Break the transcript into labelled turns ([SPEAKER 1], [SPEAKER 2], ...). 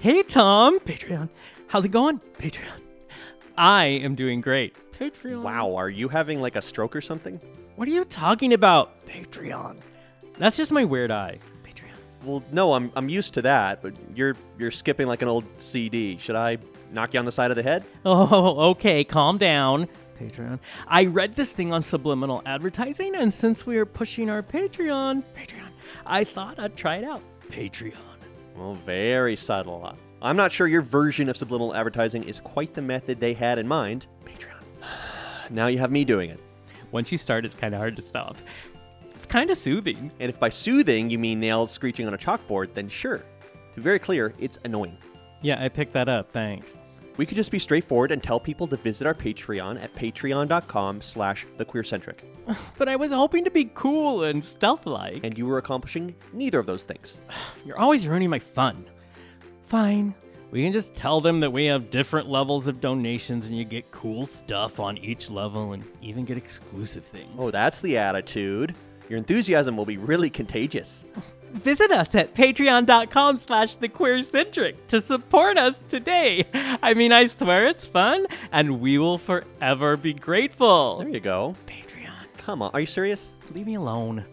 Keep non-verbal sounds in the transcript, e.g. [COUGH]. [SPEAKER 1] Hey, Tom, Patreon. How's it going? Patreon. I am doing great. Patreon.
[SPEAKER 2] Wow, are you having like a stroke or something?
[SPEAKER 1] What are you talking about? Patreon. That's just my weird eye. Patreon.
[SPEAKER 2] Well, no, I'm I'm used to that, but you're you're skipping like an old CD. Should I knock you on the side of the head?
[SPEAKER 1] Oh, okay. Calm down. Patreon. I read this thing on subliminal advertising, and since we are pushing our Patreon, Patreon, I thought I'd try it out. Patreon.
[SPEAKER 2] Well, very subtle. I'm not sure your version of subliminal advertising is quite the method they had in mind. Patreon. [SIGHS] Now you have me doing it.
[SPEAKER 1] Once you start, it's kind of hard to stop. It's kind of soothing.
[SPEAKER 2] And if by soothing you mean nails screeching on a chalkboard, then sure. To be very clear, it's annoying.
[SPEAKER 1] Yeah, I picked that up. Thanks.
[SPEAKER 2] We could just be straightforward and tell people to visit our Patreon at patreon.com slash thequeercentric.
[SPEAKER 1] But I was hoping to be cool and stealth like.
[SPEAKER 2] And you were accomplishing neither of those things.
[SPEAKER 1] You're always ruining my fun. Fine. We can just tell them that we have different levels of donations and you get cool stuff on each level and even get exclusive things.
[SPEAKER 2] Oh, that's the attitude. Your enthusiasm will be really contagious.
[SPEAKER 1] Visit us at patreon.com slash thequeercentric to support us today. I mean, I swear it's fun and we will forever be
[SPEAKER 2] There
[SPEAKER 1] grateful.
[SPEAKER 2] you go.
[SPEAKER 1] Patreon,
[SPEAKER 2] Come on, are you serious?
[SPEAKER 1] leave me alone.